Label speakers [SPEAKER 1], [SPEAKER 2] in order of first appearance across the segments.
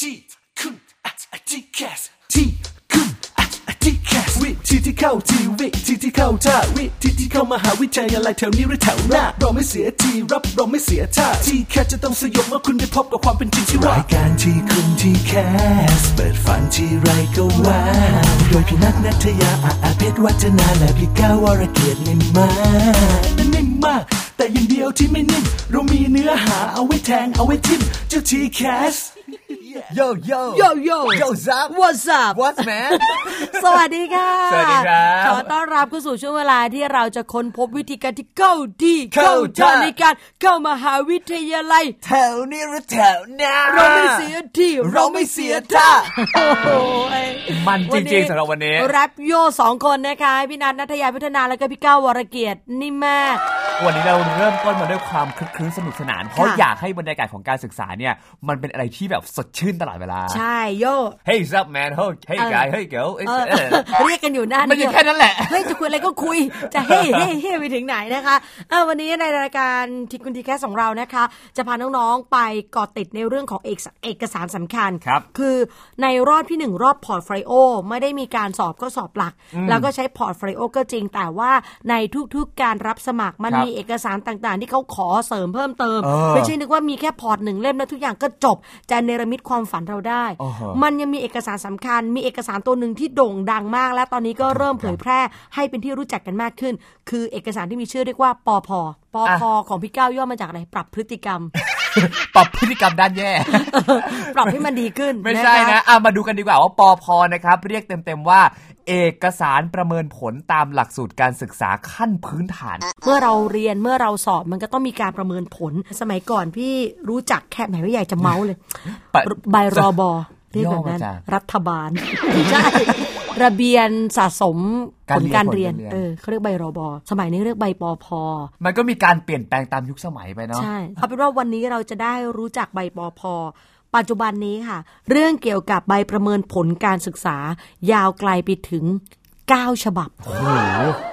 [SPEAKER 1] ที่คุณอาทิแคสที่คุณอาทิแคสวิธีที่เข้าทีวิธีที่เข้าท่าวิธีที่เข้ามหาวิทยาลัยแถวนี้หรือแถวหน้าเราไม่เสียทีรับเราไม่เสียท่าที่แคสจะต้องสยบเมื่อคุณได้พบกับความเป็นจริงที่ว่ารายการที่คุณที่แคสเปิดฝันที่ไรก็ว่าโดยพี่นัทนัทยาอาอาเพชรวัฒนาและพี่ก้าวรเกียรตินิ่มมากนิ่มมาก แต่อย่างเดียวที่ไม่นิ่มเรามีเนื้อหาเอาไว้แทงเอาไว้ทิมเจ้าทีแคส
[SPEAKER 2] Yo yo
[SPEAKER 3] Yo, yo.
[SPEAKER 2] yo zap
[SPEAKER 3] What's up
[SPEAKER 2] what's man
[SPEAKER 3] สวัสดีค่ะ
[SPEAKER 2] สวัสดีครับ
[SPEAKER 3] ขอต้อนรับเข้าสู่ช่วงเวลาที่เราจะค้นพบวิธีการที่เข้าดีเข้าทางในการเข้ามหาวิทยาลัย
[SPEAKER 2] แถวนี้หรือแถวหน้า
[SPEAKER 3] เราไม่เสียที่
[SPEAKER 2] เราไม่เสียท่า
[SPEAKER 3] โอ้โห
[SPEAKER 2] มันจริงๆสำหรับวันนี้
[SPEAKER 3] แรปโยสองคนนะคะพี่นัทนัทยาพิธนาแล้วก็พี่ก้าววรเกียรตินิ่มมาก
[SPEAKER 4] วันนี้เราเริ่มต้นมาด้วยความคลึกคลื้นสนุกสนาน เพราะ
[SPEAKER 3] ค่ะ
[SPEAKER 4] อยากให้บรรยากาศของการศึกษาเนี่ย มันเป็นอะไรที่แบบสดชื่นตลอดเวลา
[SPEAKER 3] ใช่โย
[SPEAKER 4] Hey what's up man Hey hey
[SPEAKER 3] เออ
[SPEAKER 4] guy Hey girl เอ้ย
[SPEAKER 3] เออ
[SPEAKER 4] เอ้ย
[SPEAKER 3] เรียกกันอยู่หน้า
[SPEAKER 4] มันอยู่แค่นั้นแหละ
[SPEAKER 3] เฮ้ยจะคุยอะไรก็คุย จะเฮ้เฮ้เฮ้ไปถึงไหนนะคะเอาวันนี้ในรายการทีคุณทีแคสของเรานะคะ จะพาน้องๆไปเกาะติดในเรื่องของเอกสเอกสารสำคัญ
[SPEAKER 4] ครับ
[SPEAKER 3] คือในรอบที่หนึ่งรอบพอร์ตโฟลิโอไม่ได้มีการสอบก็สอบหลัก แล้วก็ใช้พอร์ตโฟลิโอก็จริง แต่ว่าในทุกๆการรับสมัครมันมีเอกสารต่างๆ ที่เขาขอเสริมเพิ่มเติม ไม่ใช่นึกว่ามีแค่พอร์ตหนึ่งเล่มแล้วทุกอย่างก็จบจะเนรมิตความฝันเราได้ มันยังมีเอกสารสำคัญ มีเอกสารตัวหนึ่งที่โด่งดังมาก และตอนนี้ก็เริ่มเผยแพร่ให้เป็นที่รู้จักกันมากขึ้น คือเอกสารที่มีชื่อเรียกว่าปอพอปอพอของพี่ก้าวย่อมาจากอะไรปรับพฤติกรรม
[SPEAKER 4] ปรับพฤติกรรมด้านแย่
[SPEAKER 3] ปรับให้มันดีขึ้น
[SPEAKER 4] ไม่ใช่
[SPEAKER 3] ค
[SPEAKER 4] นะเอามาดูกันดีกว่าว่าปอพอนะครับ เรียกเต็มๆว่า เอกสารประเมินผลตามหลักสูตรการศึกษาขั้นพื้นฐาน
[SPEAKER 3] เมื่อเราเรียนเมื่อเราสอบมันก็ต้องมีการประเมินผล สมัยก่อนพี่รู้จักแค่แหมไม่อยากจะเมาส์ เลย
[SPEAKER 4] ปะ
[SPEAKER 3] ใบรอบอเรียกแบบนั้น
[SPEAKER 4] ย่อมาจาก
[SPEAKER 3] รัฐบาล ใช่ระเบียนสะสมผลกา
[SPEAKER 4] การ รเรี
[SPEAKER 3] เรีย
[SPEAKER 4] ย
[SPEAKER 3] น
[SPEAKER 4] น
[SPEAKER 3] เออเขาเรียกใบรอบอสมัยนี้เรียกใบปอพอ
[SPEAKER 4] มันก็มีการเปลี่ยนแปลงตามยุคสมัยไปเนาะ
[SPEAKER 3] ใช่ เอาเป็นว่าวันนี้เราจะได้รู้จักใบปอพอ ปัจจุบันนี้ค่ะ เรื่องเกี่ยวกับใบประเมินผลการศึกษา ยาวไกลไปถึง 9 ฉบับ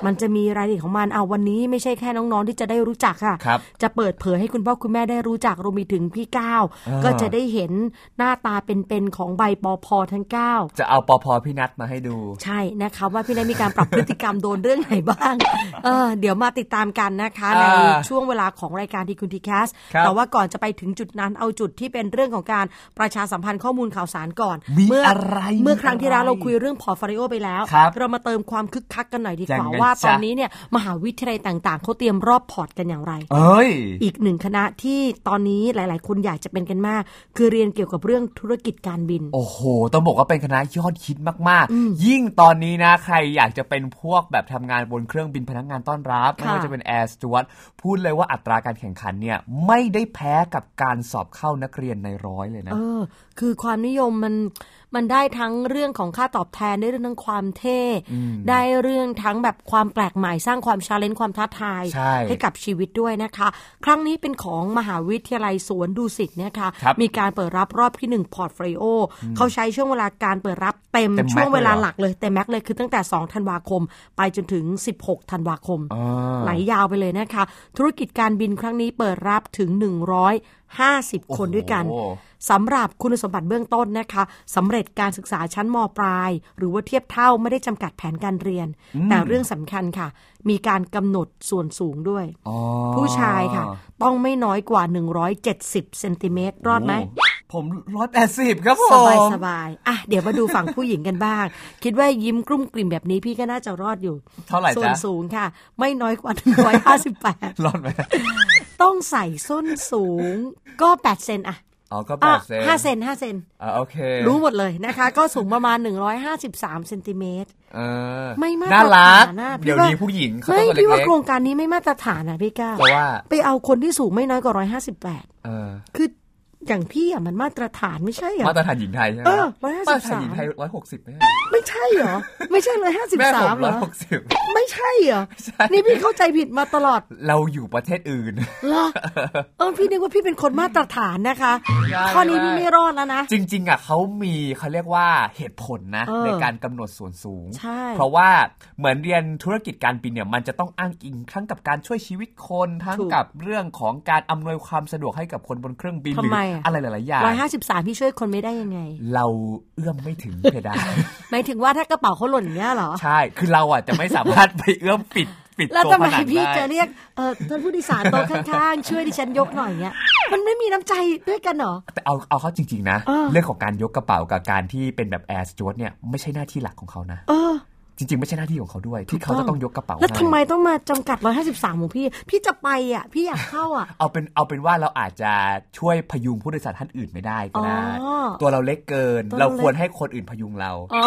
[SPEAKER 3] มันจะมีรายละเอียดของมันเอาวันนี้ไม่ใช่แค่น้องๆที่จะได้รู้จักค่ะ
[SPEAKER 4] ครับ
[SPEAKER 3] จะเปิดเผยให้คุณพ่อคุณแม่ได้รู้จักรวมไปถึงพี่ก้าว
[SPEAKER 4] อ่า
[SPEAKER 3] ก็จะได้เห็นหน้าตาเป็นๆของใบปอพอทั้ง 9
[SPEAKER 4] จะเอาปอพอพี่นัทมาให้ดู
[SPEAKER 3] ใช่นะคะว่าพี่ได้มีการปรับพฤติกรรม โดนเรื่องไหน บ้าง เออเดี๋ยวมาติดตามกันนะคะ
[SPEAKER 4] อ่า
[SPEAKER 3] ในช่วงเวลาของรายการทีคุณทีแคส
[SPEAKER 4] ครับ
[SPEAKER 3] แต่ว่าก่อนจะไปถึงจุดนั้นเอาจุดที่เป็นเรื่องของการประชาสัมพันธ์ข้อมูลข่าวสารก่อน
[SPEAKER 4] มี
[SPEAKER 3] เมื่
[SPEAKER 4] อะไร
[SPEAKER 3] เมื่อครั้งที่แล้ว
[SPEAKER 4] มีอะไร
[SPEAKER 3] เราคุยเรื่องพอร์ตโฟลิโอไปแล้ว
[SPEAKER 4] ครับ
[SPEAKER 3] เรามาเติมความคึกคักกันหน่อยดีกว่า
[SPEAKER 4] ยังไง
[SPEAKER 3] ว่าตอน
[SPEAKER 4] จ๊ะ
[SPEAKER 3] นี้เนี่ยมหาวิทยาลัยต่าง ๆเขาเตรียมรอบพอร์ตกันอย่างไร
[SPEAKER 4] เอ้ย
[SPEAKER 3] อีกหนึ่งคณะที่ตอนนี้หลาย ๆ คนอยากจะเป็นกันมาก คือเรียนเกี่ยวกับเรื่องธุรกิจการบิน
[SPEAKER 4] โอ้โห ต้องบอกว่าเป็นคณะยอดฮิตมาก ๆ ยิ่งตอนนี้นะ ใครอยากจะเป็นพวกแบบทำงานบนเครื่องบินพนักงานต้อนรับ ไม่ว่า
[SPEAKER 3] ค่ะ
[SPEAKER 4] จะเป็นแอร์สจวตพูดเลยว่าอัตราการแข่งขันเนี่ย ไม่ได้แพ้กับการสอบเข้านักเรียนในร้อยเลยนะ
[SPEAKER 3] เออ คือความนิยมมันมันได้ทั้งเรื่องของค่าตอบแทนได้เรื่องทั้งความเท่ ได้เรื่องทั้งแบบความแปลกใหม่สร้างความชาเลนจ์ความท้าทาย
[SPEAKER 4] ใช่
[SPEAKER 3] กับชีวิตด้วยนะคะ ครั้งนี้เป็นของมหาวิทยาลัยสวนดุสิตเนี่ยค่ะ
[SPEAKER 4] ครับ
[SPEAKER 3] มีการเปิดรับรอบที่1พอร์ตโฟลิโอเขาใช้ช่วงเวลาการเปิดรับเต็ม
[SPEAKER 4] เต็มแม็กซ์
[SPEAKER 3] ช่วงเวลา
[SPEAKER 4] เลยเหรอ
[SPEAKER 3] หลักเลยเต็มแม็กซ์เลยคือตั้งแต่2ธันวาคม ไปจนถึง 16ธันวาคม
[SPEAKER 4] อ่า
[SPEAKER 3] ไหลยาวไปเลยนะคะ ธุรกิจการบินครั้งนี้เปิดรับถึง 150 คนด้วยกัน
[SPEAKER 4] โอ้โห
[SPEAKER 3] สำหรับคุณสมบัติเบื้องต้นนะคะสำเร็จการศึกษาชั้นมปลาย หรือว่าเทียบเท่าไม่ได้จำกัดแผนการเรียน แต่เรื่องสำคัญค่ะ มีการกำหนดส่วนสูงด้วย
[SPEAKER 4] อ๋อ
[SPEAKER 3] ผู้ชายค่ะ ต้องไม่น้อยกว่า 170เซนติเมตรรอดไหม
[SPEAKER 4] ผมร้อยแปดสิบครับผ
[SPEAKER 3] สบาย
[SPEAKER 4] ม
[SPEAKER 3] สบายๆอ่ะ เดี๋ยวมาดูฝั่งผู้หญิงกันบ้าง คิดว่ายิ้มกลุ้มกลิ่มแบบนี้พี่ก็น่าจะรอดอยู่
[SPEAKER 4] เท่าไหร่
[SPEAKER 3] ส่วน
[SPEAKER 4] จ๊ะ
[SPEAKER 3] สูงค่ะ ไม่น้อยกว่า 158
[SPEAKER 4] รอดไหม
[SPEAKER 3] ต้องใส่ส้นสูงก็ 8 เซนอะ
[SPEAKER 4] อ๋อก็แป
[SPEAKER 3] อ่ะ
[SPEAKER 4] ดเซน
[SPEAKER 3] ห้าเซนห้าเซน
[SPEAKER 4] อ่ะโอเค
[SPEAKER 3] รู้หมดเลยนะคะ ก็สูงประมาณ 153เซนติเมตร
[SPEAKER 4] เออ
[SPEAKER 3] ไม่มาตร
[SPEAKER 4] น่ารัก
[SPEAKER 3] ฐานอะพี่
[SPEAKER 4] เดี๋ยว
[SPEAKER 3] ว่า
[SPEAKER 4] นี้ผู้หญิงเขา
[SPEAKER 3] ไม่
[SPEAKER 4] ต้องตัว
[SPEAKER 3] พี่ว่า
[SPEAKER 4] เล็ก
[SPEAKER 3] โครงการนี้ไม่มาตรฐานนะพี่ก้าว
[SPEAKER 4] ๆแต่ว่า
[SPEAKER 3] ไปเอาคนที่สูงไม่น้อยกว่า
[SPEAKER 4] เออ
[SPEAKER 3] 158 คืออย่างพี่อะมันมาตรฐานไม่ใช่เหรอ
[SPEAKER 4] มาตรฐานหญิงไทยใช่ไหม
[SPEAKER 3] เออ153
[SPEAKER 4] มาตรฐานหญิงไทยร้อยหกสิบไหม
[SPEAKER 3] ไม่ใช่เหรอ ไม่ใช่
[SPEAKER 4] แม่ผม
[SPEAKER 3] 153เหร
[SPEAKER 4] ร้อ
[SPEAKER 3] อ
[SPEAKER 4] ยหกสิบ
[SPEAKER 3] ไม่ใช่เหรอ
[SPEAKER 4] ใช่
[SPEAKER 3] นี่พี่เข้าใจผิดมาตลอด
[SPEAKER 4] เราอยู่ประเทศอื่น
[SPEAKER 3] เหรอ เออพี่นึกว่าพี่เป็นคนมาตรฐานนะคะ
[SPEAKER 4] ได้
[SPEAKER 3] ข้อนี้พี่
[SPEAKER 4] ได้
[SPEAKER 3] ไม่รอดแล้วนะ
[SPEAKER 4] จริงๆอ่ะเขามีเขาเรียกว่าเหตุผลนะ
[SPEAKER 3] เออ
[SPEAKER 4] ในการกำหนดส่วนสูง
[SPEAKER 3] ใช่
[SPEAKER 4] เพราะว่าเหมือนเรียนธุรกิจการบินเนี่ยมันจะต้องอ้างอิงทั้งกับการช่วยชีวิตคนทั้งกับเรื่องของการอำนวยความสะดวกให้กับคนบนเครื่องบิน
[SPEAKER 3] ทำ
[SPEAKER 4] หรื
[SPEAKER 3] ไม อะ
[SPEAKER 4] อะไรหลายๆอย่าง
[SPEAKER 3] ร้อยห้าสิบสามพี่ช่วยคนไม่ได้ยังไง
[SPEAKER 4] เราเอื้อมไม่ถึงเพดาน
[SPEAKER 3] หมายถึงว่าถ้ากระเป๋าเขาหล่นอย่างเงี้ยเหรอ
[SPEAKER 4] ใช่ คือเราอ่ะจะไม่สามารถไปเอื้อมปิดปิด
[SPEAKER 3] แล้ว
[SPEAKER 4] ตัว
[SPEAKER 3] ทำไม
[SPEAKER 4] ผนัง
[SPEAKER 3] พี่จะ
[SPEAKER 4] ได้
[SPEAKER 3] เรียกเออท่านผู้โดยสารโต๊ะข้างๆ ช่วยดิฉันยกหน่อยเงี้ย มันไม่มีน้ำใจด้วยกันเหรอ
[SPEAKER 4] แต่เอาเอาเข้าจริง ๆ นะ
[SPEAKER 3] เออ
[SPEAKER 4] เรื่องของการยกกระเป๋ากับการที่เป็นแบบแอร์สจวตเนี่ยไม่ใช่หน้าที่หลักของเขานะ
[SPEAKER 3] เออ
[SPEAKER 4] จริง ๆ ไม่ใช่หน้าที่ของเขาด้วย ที่เขาจะต้องยกกระเป๋า
[SPEAKER 3] แล้ว
[SPEAKER 4] ให้
[SPEAKER 3] ทำไมต้องมาจำกัด 153ของพี่ พี่จะไปอ่ะ พี่อยากเข้าอ่ะ
[SPEAKER 4] เอาเป็นเอาเป็นว่าเราอาจจะช่วยพยุงผู้โดยสารท่านอื่นไม่ได้ก็ได้
[SPEAKER 3] อ๋อ
[SPEAKER 4] ตัวเราเล็กเกิน
[SPEAKER 3] ตัวเรา
[SPEAKER 4] เราควรให้คนอื่นพยุงเรา
[SPEAKER 3] อ๋อ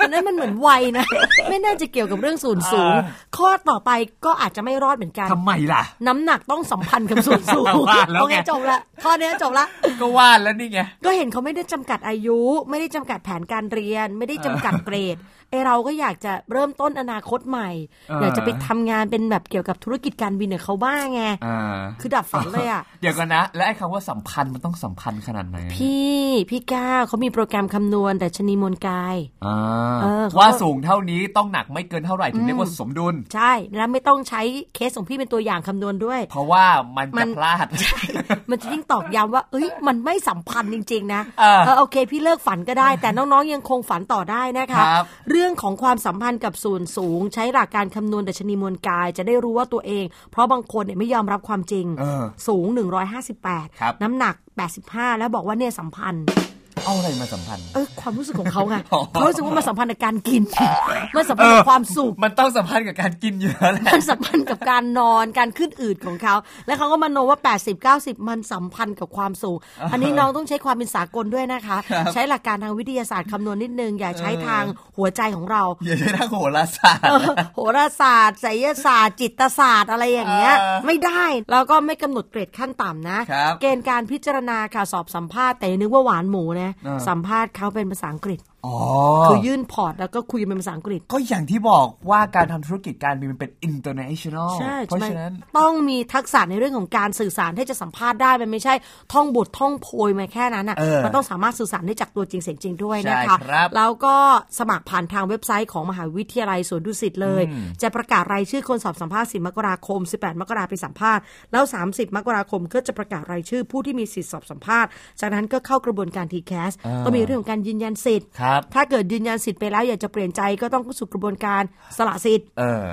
[SPEAKER 3] อันนั้นมันเหมือนวัยนะ ไม่น่าจะเกี่ยวกับเรื่องศูนย์สูง ข้อต่อไปก็อาจจะไม่รอดเหมือนกัน
[SPEAKER 4] ทำไมล่ะ
[SPEAKER 3] น้ำหนักต้องสัมพันธ์กับศูนย์สูง
[SPEAKER 4] ว่าแล้วไง
[SPEAKER 3] โอเคจบละ ข้อเนี้ยจบละ
[SPEAKER 4] ก็ว่าแล้วนี่ไง
[SPEAKER 3] ก็เห็นเขาไม่ได้จำกัดอายุ ไม่ได้จำกัดแผนการเรียน ไม่ได้จำกัดเกร ดไอเราก็อยากจะเริ่มต้นอนาคตใหม่
[SPEAKER 4] เออ
[SPEAKER 3] อ
[SPEAKER 4] อ
[SPEAKER 3] ยากจะไปทำงานเป็นแบบเกี่ยวกับธุรกิจการบินเนี่ยเขาบ้างไง
[SPEAKER 4] อ่า
[SPEAKER 3] คือดับฝันเลย อ่ะ
[SPEAKER 4] เดี๋ยวกันนะ และไอ้คำว่าสัมพันธ์มันต้องสัมพันธ์ขนาดไหน
[SPEAKER 3] พี่พี่ก้าวเขามีโปรแกรมคำนวณแต่ชนีมวลกาย
[SPEAKER 4] อ่า
[SPEAKER 3] เออเขา
[SPEAKER 4] ว่าสูงเท่านี้ต้องหนักไม่เกินเท่าไหร่ถึงเรียกว่าสมดุล
[SPEAKER 3] ใช่ แล้วไม่ต้องใช้เคสของพี่เป็นตัวอย่างคำนวณด้วย
[SPEAKER 4] เพราะว่ามัน
[SPEAKER 3] มั
[SPEAKER 4] จะ
[SPEAKER 3] น
[SPEAKER 4] พลาด
[SPEAKER 3] มันจะยิ่งตอกย้ำว่า เอ้ย มันไม่สัมพันธ์จริง ๆ นะ
[SPEAKER 4] เออ
[SPEAKER 3] เออ โอเค พี่เลิกฝันก็ได้ แต่น้องๆ ยังคงฝันต่อได้นะคะ
[SPEAKER 4] ครับ
[SPEAKER 3] เรื่องของความสัมพันธ์กับส่วนสูง ใช้หลักการคำนวณดัชนีมวลกายจะได้รู้ว่าตัวเอง เพราะบางคนเนี่ยไม่ยอมรับความจริง
[SPEAKER 4] เออ
[SPEAKER 3] สูง
[SPEAKER 4] ครับ
[SPEAKER 3] 158 น้ำหนัก 85 แล้วบอกว่าเนี่ยสัมพันธ์
[SPEAKER 4] เอาอะไรมาสัมพัน ธ์
[SPEAKER 3] เออความรู้สึกของเขาไง
[SPEAKER 4] อ๋อ
[SPEAKER 3] เขารู้สึกว่ามันสัมพันธ์กับการ กิน มันสัมพันธ์กับความสุข
[SPEAKER 4] มันต้องสัมพันธ์กับการกินเยอะแหละ
[SPEAKER 3] มันสัมพันธ์กับการนอนการขึ้นอืดของเขา แล้วเขาก็มาโนว่า 80 90 มันสัมพันธ์กับความสูง อันนี้น้องต้องใช้ความเป็นสากลด้วยนะคะ ใช้หลักการทางวิทยาศาสตร์คำนวณนิดนึง อย่าใช้ทางหัวใจของเรา
[SPEAKER 4] อย่าใช้ทางโหราศาสตร์
[SPEAKER 3] เออโหราศาสตร์ไสยศาสตร์ จิตศาสตร์อะไรอย่างเงี้ย
[SPEAKER 4] เออ
[SPEAKER 3] ไม่ได้ แล้วก็ไม่กำหนดเกรดขั้นต่ำนะ
[SPEAKER 4] ครับ
[SPEAKER 3] เกณฑ์การพิจารณาค่ะสอบสัมภาษณ์แต่อย่านึกว่าหวานหมูนะ
[SPEAKER 4] เออ
[SPEAKER 3] สัมภาษณ์เขาเป็นภาษาอังกฤษ
[SPEAKER 4] อ๋อ
[SPEAKER 3] คือยื่นพอร์ตแล้วก็คุยเป็นภาษาอังกฤษ
[SPEAKER 4] ก็อย่างที่บอกว่าการทำธุรกิจการบินมันเป็น international
[SPEAKER 3] ใช่
[SPEAKER 4] เพราะ
[SPEAKER 3] ใช่
[SPEAKER 4] ฉะ
[SPEAKER 3] ไหม
[SPEAKER 4] นั้น
[SPEAKER 3] ต้องมีทักษะในเรื่องของการสื่อสารที่จะสัมภาษณ์ได้ มันไม่ใช่ท่องบทท่องโพยมาแค่นั้นอ่ะ
[SPEAKER 4] เออ
[SPEAKER 3] มันต้องสามารถสื่อสารได้จากตัวจริงเสียงจริงด้วยนะ
[SPEAKER 4] ใช่
[SPEAKER 3] คะ
[SPEAKER 4] ครับ
[SPEAKER 3] แล้วก็สมัครผ่านทางเว็บไซต์ของมหาวิทยาลัยสวนดุสิตเลย จะประกาศรายชื่อคนสอบสัมภาษณ์ 10 มกราคม 18 มกราไปสัมภาษณ์ แล้ว 30 มกราคมก็จะประกาศรายชื่อผู้ที่มีสิทธิสอบสัมภาษณ์ จากนั้นก็เข้ากระบวนการทีแคสก็มีเรื่องของการยืนยันสิทธิ์
[SPEAKER 4] ครับ
[SPEAKER 3] ถ้าเกิดยืนยันสิทธิ์ไปแล้วอยากจะเปลี่ยนใจก็ต้องเข้าสู่กระบวนการสละสิทธิ์
[SPEAKER 4] เออ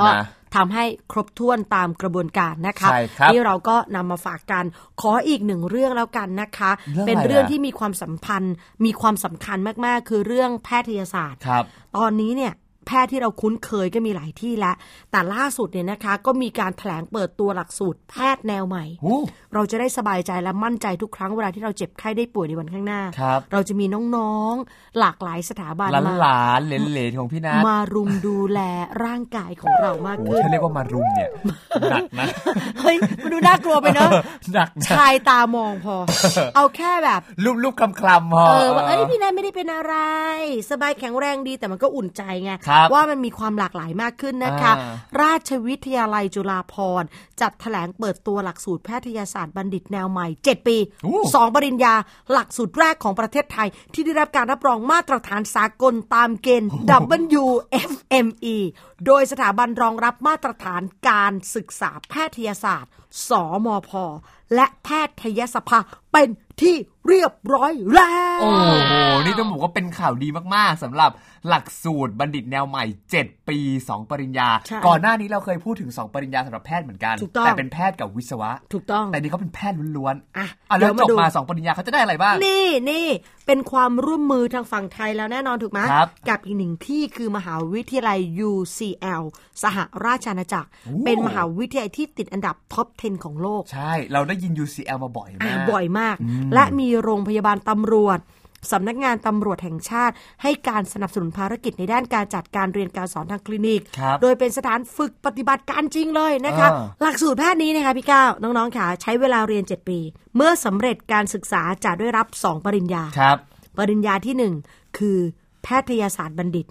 [SPEAKER 3] ก็
[SPEAKER 4] นะ
[SPEAKER 3] ทำให้ครบถ้วนตามกระบวนการนะคะ
[SPEAKER 4] ใช่ครับ
[SPEAKER 3] นี่เราก็นำมาฝากกัน ขออีกหนึ่งเรื่องแล้วกันนะคะ
[SPEAKER 4] เรื่องอะไร
[SPEAKER 3] เป็นเรื่อง
[SPEAKER 4] อะ
[SPEAKER 3] ที่มีความสัมพันธ์ มีความสำคัญมาก ๆ คือเรื่องแพทยศาสตร์
[SPEAKER 4] ครับ
[SPEAKER 3] ตอนนี้เนี่ยแพทย์ที่เราคุ้นเคยก็มีหลายที่แล้ว แต่ล่าสุดเนี่ยนะคะ ก็มีการแถลงเปิดตัวหลักสูตรแพทย์แนวใหม่
[SPEAKER 4] อู้
[SPEAKER 3] เราจะได้สบายใจและมั่นใจทุกครั้งเวลาที่เราเจ็บไข้ได้ป่วยในวันข้างหน้า
[SPEAKER 4] ครับ
[SPEAKER 3] เราจะมีน้องๆ หลากหลายสถาบัน
[SPEAKER 4] หลาน
[SPEAKER 3] มา
[SPEAKER 4] หลานๆเหลนเหลนๆของพี่นัท
[SPEAKER 3] มารุมดูแลร่างกายของเรามาก
[SPEAKER 4] โอ้
[SPEAKER 3] ขึ้น
[SPEAKER 4] ถ้าเรียกว่ามารุมเนี่ย หนักนะ
[SPEAKER 3] เฮ้ย มันดูน่ากลัวไปเนอะ
[SPEAKER 4] หนักนะ
[SPEAKER 3] ชายตามองพอ เอาแค่แบบ
[SPEAKER 4] รูปรูปคำคลำพอ
[SPEAKER 3] เออว่าเอ้ยพี่นายไม่ได้เป็นอะไร สบายแข็งแรงดีแต่มันก็อุ่นใจไง
[SPEAKER 4] ครับ
[SPEAKER 3] ว่ามันมีความหลากหลายมากขึ้นนะคะ
[SPEAKER 4] อ่า
[SPEAKER 3] ราชวิทยาลัยจุฬาภรณ์จัดแถลงเปิดตัวหลักสูตรแพทยศาสตร์บัณฑิตแนวใหม่ 7 ปี
[SPEAKER 4] โอ้
[SPEAKER 3] 2 ปริญญาหลักสูตรแรกของประเทศไทย ที่ได้รับการรับรองมาตรฐานสากลตามเกณฑ์ WFME โดยสถาบันรองรับมาตรฐานการศึกษาแพทยศาสตร์ สมพ และแพทยสภาเป็นที่เรียบร้อยแล้ว
[SPEAKER 4] โอ้ โห นี่ต้องบอกว่าเป็นข่าวดีมาก ๆสำหรับหลักสูตรบัณฑิตแนวใหม่ 7 ปี 2 ปริญญา
[SPEAKER 3] ใช่
[SPEAKER 4] ก่อนหน้านี้เราเคยพูดถึง 2 ปริญญาสำหรับแพทย์เหมือนกัน
[SPEAKER 3] ถูกต้อง
[SPEAKER 4] แต่เป็นแพทย์กับวิศวะ
[SPEAKER 3] ถูกต้อง
[SPEAKER 4] แต่นี่เขาเป็นแพทย์ล้วน
[SPEAKER 3] อ่ะ
[SPEAKER 4] ะแล้วจ
[SPEAKER 3] เดี๋ยวมา
[SPEAKER 4] บ
[SPEAKER 3] ดู
[SPEAKER 4] มา 2 ปริญญาเขาจะได้อะไรบ้าง
[SPEAKER 3] นี่นี่เป็นความร่วมมือทางฝั่งไทยแล้วแน่นอนถูกไหม
[SPEAKER 4] ครับ
[SPEAKER 3] กับอีกหนึ่งที่คือมหาวิทยาลัย UCL สหราชอาณาจักร
[SPEAKER 4] โอ้
[SPEAKER 3] เป็นมหาวิทยาลัยที่ติดอันดับท็อป 10 ของโลก
[SPEAKER 4] ใช่ เราได้ยิน UCL มาบ่อย
[SPEAKER 3] อ่าม
[SPEAKER 4] าก
[SPEAKER 3] บ่อยมาก และมีโรงพยาบาลตำรวจสำนักงานตำรวจแห่งชาติ ให้การสนับสนุนภารกิจในด้านการจัดการเรียนการสอนทางคลินิก
[SPEAKER 4] ครับ
[SPEAKER 3] โดยเป็นสถานฝึกปฏิบัติการจริงเลยนะคะ
[SPEAKER 4] อ่า
[SPEAKER 3] หลักสูตรแพทย์นี้นะคะพี่ก้าวน้องๆค่ะใช้เวลาเรียน 7 ปี เมื่อสำเร็จการศึกษาจะได้รับ 2 ปริญญา
[SPEAKER 4] ครับ
[SPEAKER 3] ปริญญาที่หนึ่งคือแพทยศาสตร์บัณฑิต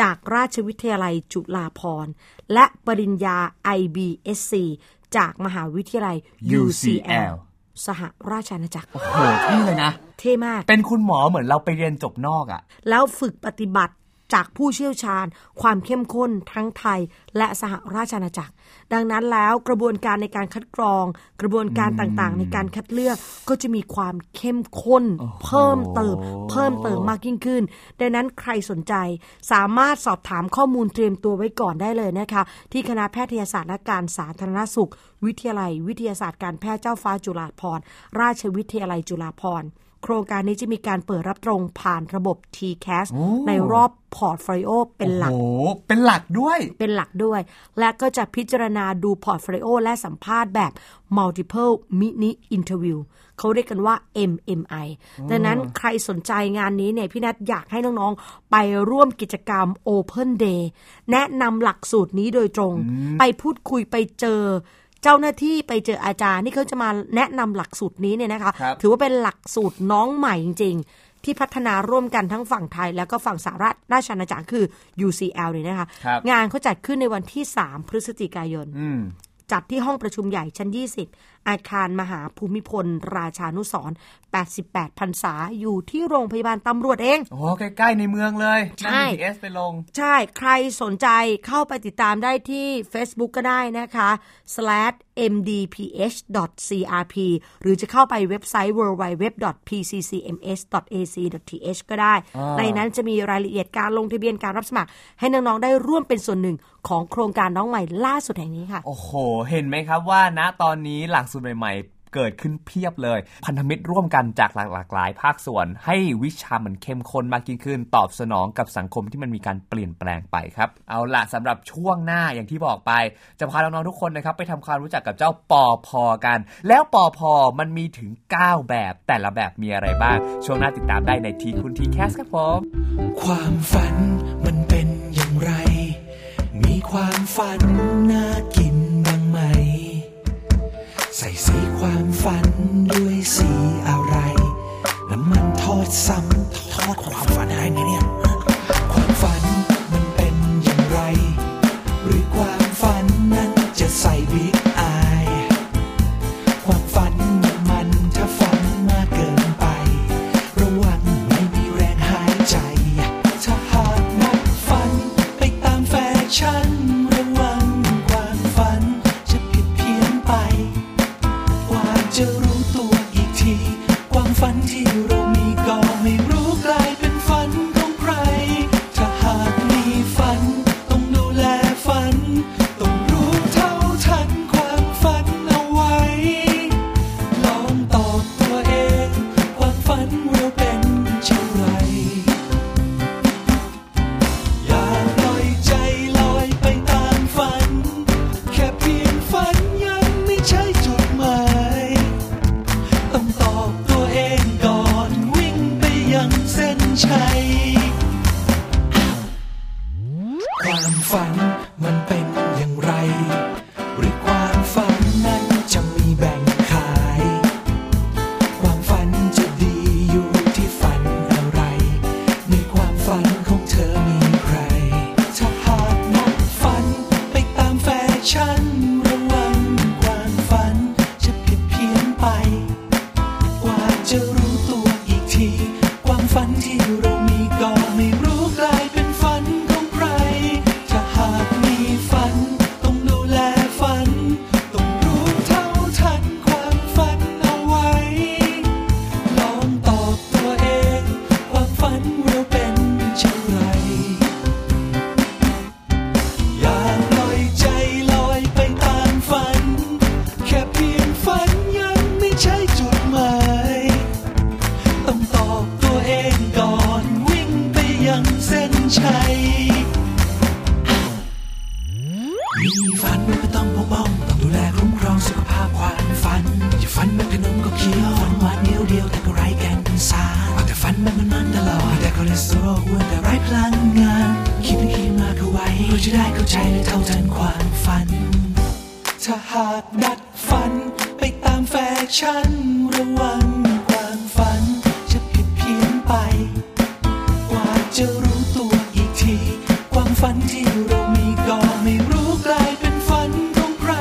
[SPEAKER 3] จากราชวิทยาลัยจุฬาภรณ์และปริญญา IBSc จากมหาวิทยาลัย UCL
[SPEAKER 4] UCL
[SPEAKER 3] สหราชอาณาจักร
[SPEAKER 4] โหที่เลยนะ
[SPEAKER 3] เท่มาก
[SPEAKER 4] เป็นคุณหมอเหมือนเราไปเรียนจบนอกอะ
[SPEAKER 3] แล้วฝึกปฏิบัติ จากผู้เชี่ยวชาญ ความเข้มข้นทั้งไทยและสหราชอาณาจักร ดังนั้นแล้วกระบวนการในการคัดกรอง กระบวนการต่างๆ ในการคัดเลือกก็จะมีความเข้มข้นเพิ่มเติม เพิ่มเติมมากยิ่งขึ้น ดังนั้นใครสนใจสามารถสอบถามข้อมูลเตรียมตัวไว้ก่อนได้เลยนะคะ ที่คณะแพทยศาสตร์และการสาธารณสุข วิทยาลัย วิทยาศาสตร์การแพทย์เจ้าฟ้าจุฬาภรณ์ราชวิทยาลัยจุฬาภรณ์ โครงการนี้จะมีการเปิดรับตรงผ่านระบบ TCAS ในรอบพอร์ตฟลิโอเป็นหลัก
[SPEAKER 4] โอ้โหเป็นหลักด้วย
[SPEAKER 3] เป็นหลักด้วย และก็จะพิจารณาดูพอร์ตโฟลิโอและสัมภาษณ์แบบ multiple mini interview เขาเรียกกันว่า MMI ดังนั้นใครสนใจงานนี้เนี่ยพี่นัทอยากให้น้องๆ ไปร่วมกิจกรรม Open Day แนะนำหลักสูตรนี้โดยตรง ไปพูดคุยไปเจอ เจ้าหน้าที่ไปเจออาจารย์นี่เขาจะมาแนะนำหลักสูตรนี้เนี่ยนะคะ
[SPEAKER 4] ครับ
[SPEAKER 3] ถือว่าเป็นหลักสูตรน้องใหม่จริง ๆ ที่พัฒนาร่วมกันทั้งฝั่งไทย แล้วก็ฝั่งสหรัฐราชอาณาจักรคือ UCL เนี่ยนะคะ
[SPEAKER 4] ครับ
[SPEAKER 3] งานเขาจัดขึ้นในวันที่ 3 พฤศจิกายน
[SPEAKER 4] อืม
[SPEAKER 3] จัดที่ห้องประชุมใหญ่ชั้น 20 อาคารมหาภูมิพล ราชานุสรณ์88พรรษาอยู่ที่โรงพยาบาลตำรวจเอง
[SPEAKER 4] โอ้โหใกล้ๆในเมืองเลยนั่ง
[SPEAKER 3] ใช่
[SPEAKER 4] BTS ไปลง
[SPEAKER 3] ใช่ ใครสนใจเข้าไปติดตามได้ที่ Facebook ก็ได้นะคะ slash mdph.crp หรือจะเข้าไปเว็บไซต์ www.pccms.ac.th ก็ได้
[SPEAKER 4] อ่า
[SPEAKER 3] ในนั้นจะมีรายละเอียดการลงทะเบียนการรับสมัคร ให้น้อง ๆ ได้ร่วมเป็นส่วนหนึ่งของโครงการน้องใหม่ล่าสุดแห่งนี้ค่ะ
[SPEAKER 4] โอ้โห เห็นไหมครับว่าณตอนนี้หลักสูตรใหม่ๆ เกิดขึ้นเพียบเลย พันธมิตรร่วมกันจากหลากหลายภาคส่วน ให้วิชามันเข้มข้นมากยิ่งขึ้น ตอบสนองกับสังคมที่มันมีการเปลี่ยนแปลงไปครับ เอาละสำหรับช่วงหน้าอย่างที่บอกไป จะพาน้องๆทุกคนนะครับ ไปทำความรู้จักกับเจ้าปอพอกัน แล้วปอพอมันมีถึง 9 แบบแต่ละแบบมีอะไรบ้าง ช่วงหน้าติดตามได้ในทีคุณทีแคสครับผม
[SPEAKER 1] ความฝันมันเป็นอย่างไร มีความฝันน่ากินบ้างไหม ใส่สีความฝันด้วยสีอะไร น้ำมันทอดซ้ำทอดความฝันได้ไหมเนี่ย ความฝันมันเป็นอย่างไร หรือความฝันนั้นจะใส่วิกอาย ความฝันมันมันถ้าฝันมากเกินไป ระวังไม่มีแรงหายใจ ถ้าหากนักฝันไปตามแฟชั่น ระวังความฝันจะผิดเพี้ยนไป กว่าจะรู้ตัวอีกที ความฝันที่เรามีก็ไม่รู้กลายเป็นฝันของใคร ถ้าหากมีฝัน ต้องดูแลฝัน ต้องรู้เท่าทันความฝันเอาไว้ ลองตอบตัวเอง ความฝันเราเป็นเช่นไร อย่าปล่อยใจลอยไปตามฝัน แค่เพียงฝันยังไม่ใช่จุดหมาย ต้องตอบตัวเองก่อนวิ่งไปยังเส้นชัย ความฝันมันเป็นอย่างไร หรือความฝันนั้นจะมีแบ่งขาย ความฝันจะดีอยู่ที่ฝันอะไร ในความฝันของเธอมีใคร ถ้าหากนักฝันไปตามแฟชั่น ระวังความฝันจะผิดเพี้ยนไป กว่าจะรู้ตัวอีกที ความฝันที่เรามีก็ไม่รู้กลายเป็นฝันของใคร ถ้าหากมีฝัน ต้องดูแลฝัน ต้องรู้เท่าทันความฝันเอาไว้ ลองตอบตัวเอง ความฝันเราเป็นเช่นไร อย่าปล่อยใจลอยไปตามฝัน แค่เพียงฝันยังไม่ใช่จุดหมาย ต้องตอบตัวเองก่อนวิ่งไปยังเส้นชัย มีฝันมันก็ต้องปกป้องต้องดูแลคุ้มครองสุขภาพความฝัน อย่าฝันมันขนมก็เคี้ยวฝันหวานเดียวเดียวแต่ก็ไร้แกนสารเอาแต่ฝันมันมันมันตลอดแต่คอเลสเตอรอลอ้วนแต่ไร้พลังงานคิดไม่คิดมากเอาไว้เพื่อจะได้เข้าใจและเท่าทันความฝัน ถ้าหากดัดฝันไปตามแฟชั่น ระวังความฝันจะผิดเพี้ยนไป กว่าจะรู้ตัวอีกที ความฝันที่เรามีก็ไม่รู้กลายเป็นฝันของใคร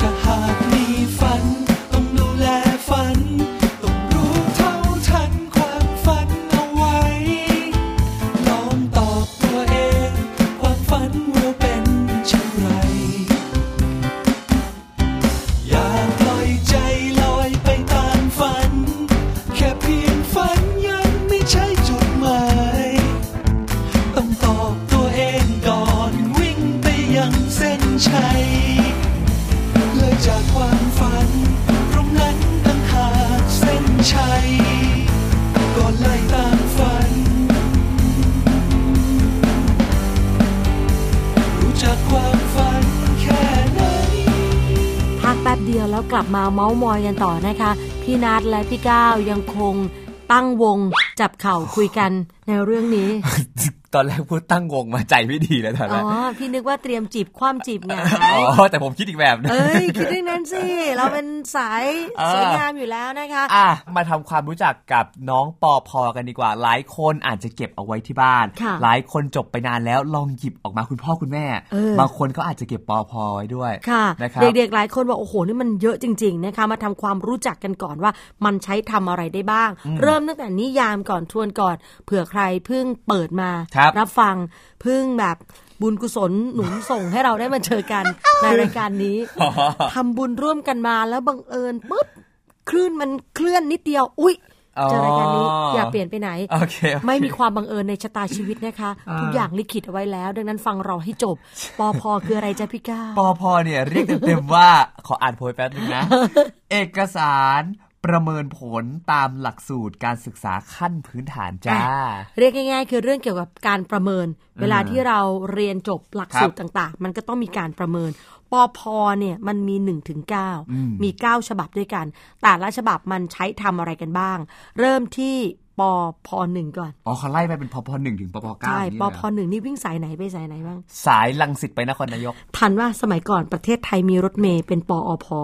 [SPEAKER 1] ถ้าหากมีฝัน ต้องดูแลฝัน ต้องรู้เท่าทันความฝันเอาไว้ ลองตอบตัว ชัย เลยจากความฝัน ตรงนั้นตั้งหากเส้นชัย ก่อนไล่ตามฝัน รู้จักความฝันแค่ไหน
[SPEAKER 3] พักแป๊บเดียวแล้วกลับมาเมาส์มอยกันต่อนะคะ พี่นัทและพี่ก้าวยังคงตั้งวงจับเข่าคุยกันในเรื่องนี้
[SPEAKER 4] ตอนแรกพูดตั้งวงมาใจไม่ดีแล้วตอน
[SPEAKER 3] อ๋
[SPEAKER 4] นั้
[SPEAKER 3] อน พี่นึกว่าเตรียมจีบความจีบไง
[SPEAKER 4] อ๋อแต่ผมคิดอีกแบบนะ
[SPEAKER 3] เอ้ย คิดเรื่องนั้นสิ เราเป็นสาย
[SPEAKER 4] เออ
[SPEAKER 3] สวยงามอยู่แล้วนะคะ
[SPEAKER 4] อ่ะมาทำความรู้จักกับน้องปอพอกันดีกว่า หลายคนอาจจะเก็บเอาไว้ที่บ้าน
[SPEAKER 3] ค่ะ
[SPEAKER 4] หลายคนจบไปนานแล้วลองหยิบออกมาคุณพ่อคุณแม่
[SPEAKER 3] เออ
[SPEAKER 4] บางคนก็อาจจะเก็บปอพอไว้ด้วย
[SPEAKER 3] ค่ะ
[SPEAKER 4] นะครับ
[SPEAKER 3] เด็กๆหลายคนบอกโอ้โหนี่มันเยอะจริง ๆนะคะ มาทำความรู้จักกันก่อนว่ามันใช้ทำอะไรได้บ้าง เริ่มตั้งแต่นิยามก่อนทวนก่อนเผื่อใครเพิ่งเปิดมา
[SPEAKER 4] ครับ
[SPEAKER 3] บฟังเพิ่งแบบบุญกุศลหนุนส่งให้เราได้มาเจอ กัน ในรายการนี้
[SPEAKER 4] อ๋อ
[SPEAKER 3] ทำบุญร่วมกันมาแล้วบังเอิญปุ๊บคลื่นมันเคลื่อนนิดเดียวอุ๊ยเจอรายการนี้อย่าเปลี่ยนไปไหน
[SPEAKER 4] โอเคโอเค
[SPEAKER 3] ไม่มีความบังเอิญในชะตาชีวิตนะคะ ทุกอย่างลิขิตเอาไว้แล้ว ดังนั้นฟังเราให้จบปอพอคืออะไรจ๊ะพี่ก้าว
[SPEAKER 4] ปอพอเนี่ยเรียกเต็มๆว่า ขออ่านโพยแป๊บนึง นะ เอกสารประเมินผลตามหลักสูตรการศึกษาขั้นพื้นฐานจ้า
[SPEAKER 3] เรียกง่ายๆ คือเรื่องเกี่ยวกับการประเมิน เวลาที่เราเรียนจบหลักสูตรต่างๆ มันก็ต้องมีการประเมินปอพอเนี่ยมันมี1นถึงเมี 9 ฉบับด้วยกัน แต่ละฉบับมันใช้ทำอะไรกันบ้าง เริ่มที่ปอพอหนึ่งก่อน
[SPEAKER 4] อ๋อเขาไล่ไปเป็นปอพอหนึ่งถึงปอพอเก้า
[SPEAKER 3] ใช่
[SPEAKER 4] อย่างนี้
[SPEAKER 3] ปอ
[SPEAKER 4] เหร
[SPEAKER 3] พอหนึ่งนี่วิ่งสายไหนไปสายไหนบ้าง
[SPEAKER 4] สายลังสิตไปนครนายก
[SPEAKER 3] ทันว่าสมัยก่อนประเทศไทยมีรถเมย์เป็นปออพอ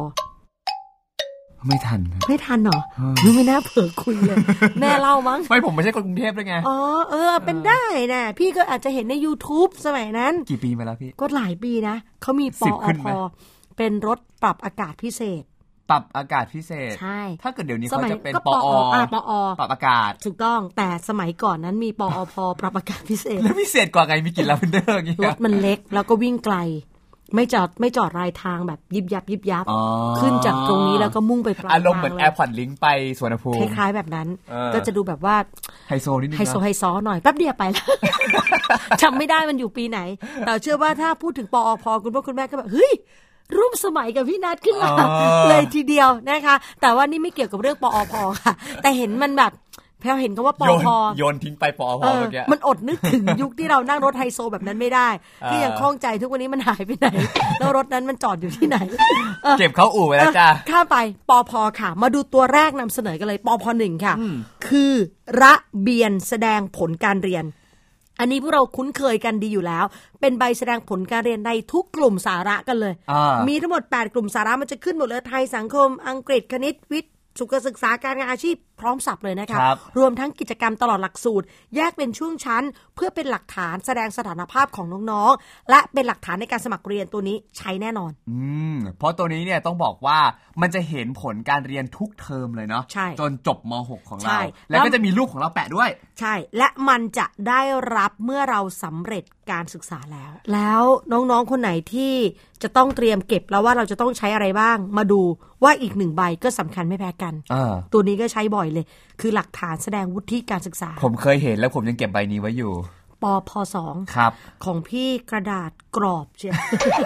[SPEAKER 4] ไม่ทันนะ
[SPEAKER 3] ไม่ทันเหรอนึกไม่น่าเผื่อคุย เลย แม่เล่ามั้ง
[SPEAKER 4] ไม่ผมไม่ใช่คนกรุงเทพด้วยไง
[SPEAKER 3] อ๋อเออเป็นได้นะพี่ก็อาจจะเห็นใน YouTube สมัยนั้น
[SPEAKER 4] กี่ปีมาแล้วพี่
[SPEAKER 3] ก็หลายปีนะ เขามีป
[SPEAKER 4] สิ
[SPEAKER 3] อบ อ
[SPEAKER 4] ขึ้น
[SPEAKER 3] พ
[SPEAKER 4] ไหม
[SPEAKER 3] อเป็นรถปรับอากาศพิเศษ
[SPEAKER 4] ปรับอากาศพิเศษ
[SPEAKER 3] ใช่
[SPEAKER 4] ถ้าเกิดเดี๋ยวนี้
[SPEAKER 3] ส
[SPEAKER 4] เขา
[SPEAKER 3] มัย
[SPEAKER 4] จะเป็น
[SPEAKER 3] ก็
[SPEAKER 4] ป
[SPEAKER 3] ป
[SPEAKER 4] อ
[SPEAKER 3] อ
[SPEAKER 4] อ
[SPEAKER 3] อ่ะปอ
[SPEAKER 4] ปรับอากาศ
[SPEAKER 3] ถูกต้องแต่สมัยก่อนนั้นมีปออพอ ปรับอากาศพิเศ ษ
[SPEAKER 4] แล้วพิเศษกว่าไงมีกลิ่นลาเวนเดอร์อย่างเงี้
[SPEAKER 3] ร
[SPEAKER 4] ย
[SPEAKER 3] ถมันเล็กแล้วก็วิ่งไกล ไม่จอดไม่จอดรายทางแบบยิบยับยิบยับ
[SPEAKER 4] อ๋อ
[SPEAKER 3] ขึ้นจากตรงนี้แล้วก็มุ่งไปปลาย
[SPEAKER 4] อารมณ์เหมือน
[SPEAKER 3] ทง
[SPEAKER 4] แอ
[SPEAKER 3] ลย
[SPEAKER 4] ร์พอร์ตลิงไปสวนภู
[SPEAKER 3] ค
[SPEAKER 4] มิ
[SPEAKER 3] ล้ายๆแบบนั้น
[SPEAKER 4] เออ
[SPEAKER 3] ก็จะดูแบบว่า
[SPEAKER 4] ไฮโซนิดนึง
[SPEAKER 3] ไฮโซ
[SPEAKER 4] นะ
[SPEAKER 3] ไฮซอหน่อยแป๊บเดียวไปแล้ว จำไม่ได้มันอยู่ปีไหน แต่เชื่อว่าถ้าพูดถึงปออพอคุณพ่อคุณแม่ก็แบบเฮ้ยร่วมสมัยกับพี่นัทขึ้นมาเลยทีเดียวนะคะ แต่ว่านี่ไม่เกี่ยวกับเรื่องปออพอค่ะ แต่เห็นมันแบบแพลวเห็นก็ว่าปอ
[SPEAKER 4] โยน
[SPEAKER 3] พอ
[SPEAKER 4] โยนทิ้งไปปอพ
[SPEAKER 3] เอ
[SPEAKER 4] อ
[SPEAKER 3] อ
[SPEAKER 4] เมื่อกี้
[SPEAKER 3] มันอดนึกถึงยุคที่เรานั่งรถไฮโซแบบนั้นไม่ได้ที่ยังคล่องใจทุกวันนี้มันหายไปไหน แล้วรถนั้นมันจอดอยู่ที่ไหนเออ
[SPEAKER 4] เก็บเขาอู่ไว้แล้วจ้า
[SPEAKER 3] เออข้ามไปปอพอค่ะ มาดูตัวแรกนำเสนอกันเลยปอพอหนึ่งค่ะ คือระเบียนแสดงผลการเรียน อันนี้พวกเราคุ้นเคยกันดีอยู่แล้ว เป็นใบแสดงผลการเรียนในทุกกลุ่มสาระกันเลย
[SPEAKER 4] อ่ามี
[SPEAKER 3] มีทั้งหมด 8 กลุ่มสาระมันจะขึ้นหมดเลยไทยสังคม อังกฤษคณิตวิทย์สุขศึกษาการงานอาชีพพร้อมสับเลยนะคะ
[SPEAKER 4] ครับ
[SPEAKER 3] รวมทั้งกิจกรรมตลอดหลักสูตร แยกเป็นช่วงชั้น เพื่อเป็นหลักฐานแสดงสถานภาพของน้องๆและเป็นหลักฐานในการสมัครเรียนตัวนี้ใช้แน่นอน
[SPEAKER 4] อืมเพราะตัวนี้เนี่ยต้องบอกว่ามันจะเห็นผลการเรียนทุกเทอมเลยเนาะ
[SPEAKER 3] ใช่
[SPEAKER 4] จนจบม .6 ของ
[SPEAKER 3] ใช่
[SPEAKER 4] เรา แล้ว
[SPEAKER 3] แล้ว
[SPEAKER 4] ก็จะมีรูปของเราแปะด้วย
[SPEAKER 3] ใช่ และมันจะได้รับเมื่อเราสำเร็จการศึกษาแล้ว แล้วน้องๆ คนไหนที่จะต้องเตรียมเก็บแล้วว่าเราจะต้องใช้อะไรบ้าง มาดูว่าอีกหนึ่งใบก็สำคัญไม่แพ้กัน
[SPEAKER 4] เออ
[SPEAKER 3] ตัวนี้ก็ใช้บ่อยเลย คือหลักฐานแสดงวุฒิการศึกษา
[SPEAKER 4] ผมเคยเห็นแล้วผมยังเก็บใบนี้ไว้อยู่
[SPEAKER 3] ปอพอสอง
[SPEAKER 4] ครับ
[SPEAKER 3] ของพี่กระดาษกรอบเชียว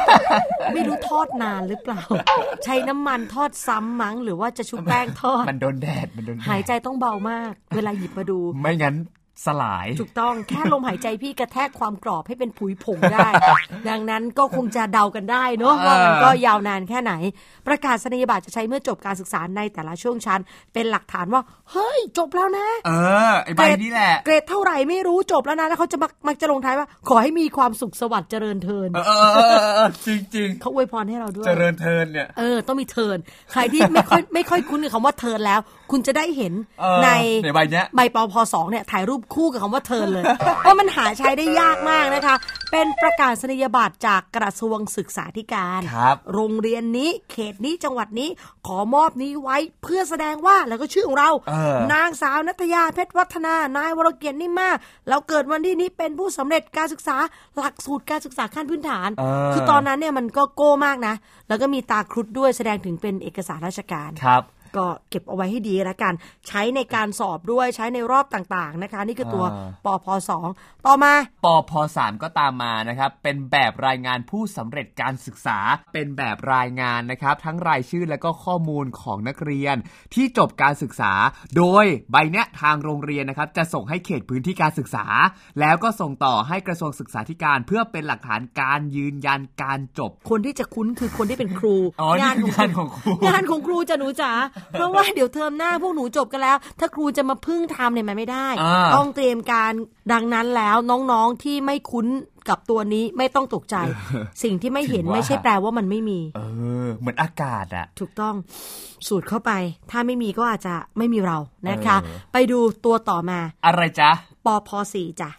[SPEAKER 3] ไม่รู้ทอดนานหรือเปล่า ใช้น้ำมันทอดซ้ำมั้ง หรือว่าจะชุบแป้งทอด
[SPEAKER 4] มันโดนแดดมันโดนแด
[SPEAKER 3] หาย
[SPEAKER 4] ด
[SPEAKER 3] ใจต้องเบามาก เวลาหยิบมาดู
[SPEAKER 4] ไม่งั้นสลาย
[SPEAKER 3] ถูกต้องแค่ลมหายใจพี่กระแทกความกรอบให้เป็นผุยผงได้ ดังนั้นก็คงจะเดากันได้เนอะ
[SPEAKER 4] เออ
[SPEAKER 3] ว่ามันก็ยาวนานแค่ไหน ประกาศนียบัตรจะใช้เมื่อจบการศึกษาในแต่ละช่วงชั้น เป็นหลักฐานว่า เฮ้ย จบแล้วนะ
[SPEAKER 4] เออ ไอใบนี้แหละ
[SPEAKER 3] เกรดเท่าไหร่ไม่รู้จบแล้วนะ แล้วเขาจะมักมักจะลงท้ายว่า ขอให้มีความสุขสวัสดิ์เจริญเทิน
[SPEAKER 4] เออเออเออเออจริงจริง
[SPEAKER 3] เขาอวยพรให้เราด้ว
[SPEAKER 4] ๆ
[SPEAKER 3] ย
[SPEAKER 4] เจริญเทินเนี่ย
[SPEAKER 3] เออ ต้องมีเทิร์นใครที่ไม่ค่อย ไม่ค่อยคุ้นกับคำว่าเทิร์นแล้ว คุณจะได้เห็น
[SPEAKER 4] เออ
[SPEAKER 3] ใน
[SPEAKER 4] ในใบเนี้ย
[SPEAKER 3] ใบปอพอสองเนี่ยถ่ายรูปคู่กับคำว่าเทิร์นเลย เพราะมันหาใช้ได้ยากมากนะคะ เป็นประกาศนียบัตรจากกระทรวงศึกษาธิการ
[SPEAKER 4] ครับ
[SPEAKER 3] โรงเรียนนี้เขตนี้จังหวัดนี้ขอมอบนี้ไว้เพื่อแสดงว่าแล้วก็ชื่อของเรา
[SPEAKER 4] เออ
[SPEAKER 3] นางสาวนัทยาเพชรวัฒนา นายวรเกียรตินิ่มมากแล้วเกิดวันที่นี้เป็นผู้สำเร็จการศึกษาหลักสูตรการศึกษาขั้นพื้นฐาน
[SPEAKER 4] เออ
[SPEAKER 3] คือตอนนั้นเนี่ยมันก็โก้มากนะ แล้วก็มีตาครุฑด้วยแสดงถึงเป็นเอกสารราชการ
[SPEAKER 4] ครับ
[SPEAKER 3] ก็เก็บเอาไว้ให้ดีละกัน ใช้ในการสอบด้วยใช้ในรอบต่างๆนะคะ นี่คือตัว
[SPEAKER 4] อ่า
[SPEAKER 3] ปอพอสองต่อมา
[SPEAKER 4] ปอพสามก็ตามมานะครับ เป็นแบบรายงานผู้สำเร็จการศึกษา เป็นแบบรายงานนะครับ ทั้งรายชื่อและก็ข้อมูลของนักเรียน ที่จบการศึกษา โดยใบเนี้ยทางโรงเรียนนะครับ จะส่งให้เขตพื้นที่การศึกษา แล้วก็ส่งต่อให้กระทรวงศึกษาธิการ เพื่อเป็นหลักฐานการยืนยันการจบ
[SPEAKER 3] คนที่จะคุ้นคือคนที่เป็นครู
[SPEAKER 4] อ๋องงานของครู
[SPEAKER 3] งานของครูจะหนูจ๋า เพราะว่าเดี๋ยวเทอมหน้าพวกหนูจบกันแล้ว ถ้าครูจะมาพึ่งทำเนี่ยมันไม่ได้
[SPEAKER 4] อ่า
[SPEAKER 3] ต้องเตรียมการดังนั้นแล้วน้องๆที่ไม่คุ้นกับตัวนี้ไม่ต้องตก ใจ สิ่งที่ไม่เห็นไม่ใช่แปลว่ามันไม่มี
[SPEAKER 4] เออ เหมือนอากาศอะ
[SPEAKER 3] ถูกต้องสูดเข้าไป ถ้าไม่มีก็อาจจะไม่มีเรานะคะ
[SPEAKER 4] เออ
[SPEAKER 3] ไปดูตัวต่อมา
[SPEAKER 4] อะไรจ๊ะ
[SPEAKER 3] ปอพอสี่จ้ะ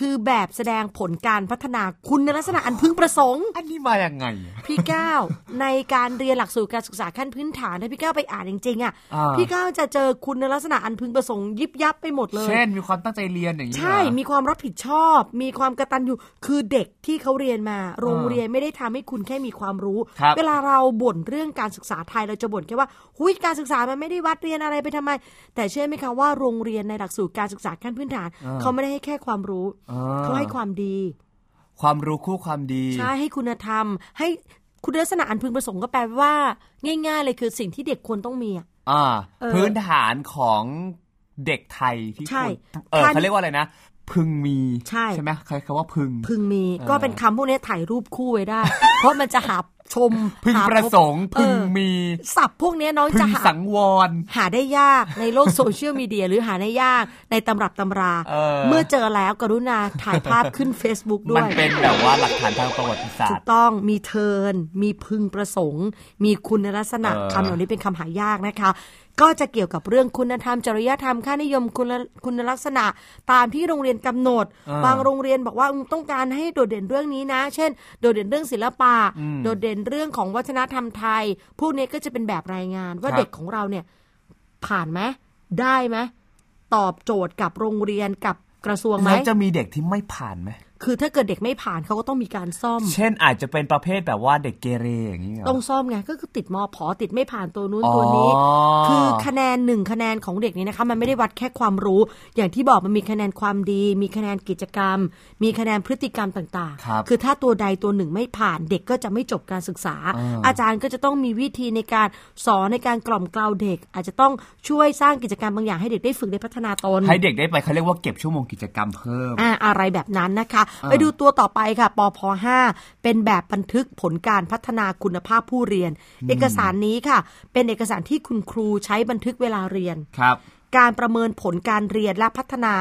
[SPEAKER 3] คือแบบแสดงผลการพัฒนาคุณลักษณะอันพึงประสงค์
[SPEAKER 4] อันนี้มาอย่างไง
[SPEAKER 3] พี่ก้าวในการเรียนหลักสูตรการศึกษาขั้นพื้นฐานถ้าพี่ก้าวไปอ่านจริงๆอ่ะ
[SPEAKER 4] อ่า
[SPEAKER 3] พี่ก้าวจะเจอคุณลักษณะอันพึงประสงค์ยิบยับไปหมดเลย
[SPEAKER 4] เช่นมีความตั้งใจเรียนอย่างนี้
[SPEAKER 3] ใช่
[SPEAKER 4] เหรอ
[SPEAKER 3] มีความรับผิดชอบ มีความกระตันอยู่ คือเด็กที่เขาเรียนมา โรงเรียนไม่ได้ทำให้คุณแค่มีความรู้
[SPEAKER 4] ครับ
[SPEAKER 3] เวลาเราบ่นเรื่องการศึกษาไทยเราจะบ่นแค่ว่า หุยการศึกษามันไม่ได้วัดเรียนอะไรไปทำไม แต่เชื่อไหมคะว่าโรงเรียนในหลักสูตรการศึกษาขั้นพื้นฐาน
[SPEAKER 4] อ่า
[SPEAKER 3] เขาไม่ได้ให้แค่ความรู้
[SPEAKER 4] อ่า
[SPEAKER 3] เขาให้ความดี
[SPEAKER 4] ความรู้คู่ความดี
[SPEAKER 3] ใช่ให้คุณธรรม ให้คุณลักษณะอันพึงประสงค์ก็แปลว่า ง่าย ๆ เลยคือสิ่งที่เด็กควรต้องมีอะ
[SPEAKER 4] อ่า
[SPEAKER 3] เออ
[SPEAKER 4] พื้นฐานของเด็กไทยที่
[SPEAKER 3] ใช่
[SPEAKER 4] ควรเออ
[SPEAKER 3] การ
[SPEAKER 4] เขาเรียกว่าอะไรนะ พึงมี
[SPEAKER 3] ใช่
[SPEAKER 4] ใช่ไหมใครคำว่าพึง
[SPEAKER 3] พึงมีก็เป็นคำพวกนี้ถ่ายรูปคู่ไว้ได้ เพราะมันจะหาชม
[SPEAKER 4] พึง
[SPEAKER 3] หาพบ
[SPEAKER 4] ประสงค์ พึง
[SPEAKER 3] เออ
[SPEAKER 4] มี
[SPEAKER 3] ศัพท์พวกเนี้ยน้อง
[SPEAKER 4] พึ
[SPEAKER 3] จะ
[SPEAKER 4] ง
[SPEAKER 3] หา
[SPEAKER 4] สังวร
[SPEAKER 3] หาได้ยากในโลกโซเชียลมีเดียหรือหาได้ยากในตำรับตำรา
[SPEAKER 4] เออ
[SPEAKER 3] เมื่อเจอแล้วกรุณาถ่ายภาพขึ้น Facebook ด้
[SPEAKER 4] มั
[SPEAKER 3] วน ย
[SPEAKER 4] เป็นแบบว่าหลักฐานทางประวัติศาส
[SPEAKER 3] ถู
[SPEAKER 4] ต
[SPEAKER 3] ก
[SPEAKER 4] ร์
[SPEAKER 3] ต้องมีเทิร์นมีพึงประสงค์ มีคุณลักษณะ
[SPEAKER 4] เออ
[SPEAKER 3] คำเหล่านี้เป็นคำหายากนะคะ ก็จะเกี่ยวกับเรื่องคุณธรรม จริยธรรมค่านิยมคุณละคุณลักษณะ ตามที่โรงเรียนกำหนด บางโรงเรียนบอกว่าอืมต้องการให้โดดเด่นเรื่องนี้นะ เช่น โดดเด่นเรื่องศิลปะ โดดเด่นเรื่องของวัฒนธรรมไทย พวกนี้ก็จะเป็นแบบรายงาน ว่าเด็กของเราเนี่ยผ่านไหมได้ไหมตอบโจทย์กับโรงเรียนกับกระทรวงไหม
[SPEAKER 4] แล้วจะมีเด็กที่ไม่ผ่านไหม
[SPEAKER 3] คือถ้าเกิดเด็กไม่ผ่านเขาก็ต้องมีการซ่อม
[SPEAKER 4] เช่นอาจจะเป็นประเภทแบบว่าเด็กเกเรอย่างนี้เหรอ
[SPEAKER 3] ต้องซ่อมไงก็คือติดมอพอติดไม่ผ่านตัวนู้น
[SPEAKER 4] อ๋อ
[SPEAKER 3] ตัวนี้ คือคะแนนหนึ่งคะแนนของเด็กนี้นะคะ มันไม่ได้วัดแค่ความรู้ อย่างที่บอกมันมีคะแนนความดี มีคะแนนกิจกรรม มีคะแนนพฤติกรรมต่าง
[SPEAKER 4] ครับ
[SPEAKER 3] อถ้าตัวใดตัวหนึ่งไม่ผ่านเด็กก็จะไม่จบการศึกษา
[SPEAKER 4] อ่า
[SPEAKER 3] อาจารย์ก็จะต้องมีวิธีในการสอนในการกล่อมเกลาเด็ก อาจจะต้องช่วยสร้างกิจกรรมบางอย่างให้เด็กได้ฝึกได้พัฒนาตน
[SPEAKER 4] ให้เด็กได้ไปเขาเรียกว่าเก็บชั่วโมงกิจกรรมเพิ่ม
[SPEAKER 3] อ่าอะไรแบบนั้นนะคะ ไปดูตัวต่อไปค่ะปพ5เป็นแบบบันทึกผลการพัฒนาคุณภาพผู้เรียน เอกสารนี้ค่ะ เป็นเอกสารที่คุณครูใช้บันทึกเวลาเรียน
[SPEAKER 4] ครับ
[SPEAKER 3] การประเมินผลการเรียนและพัฒนา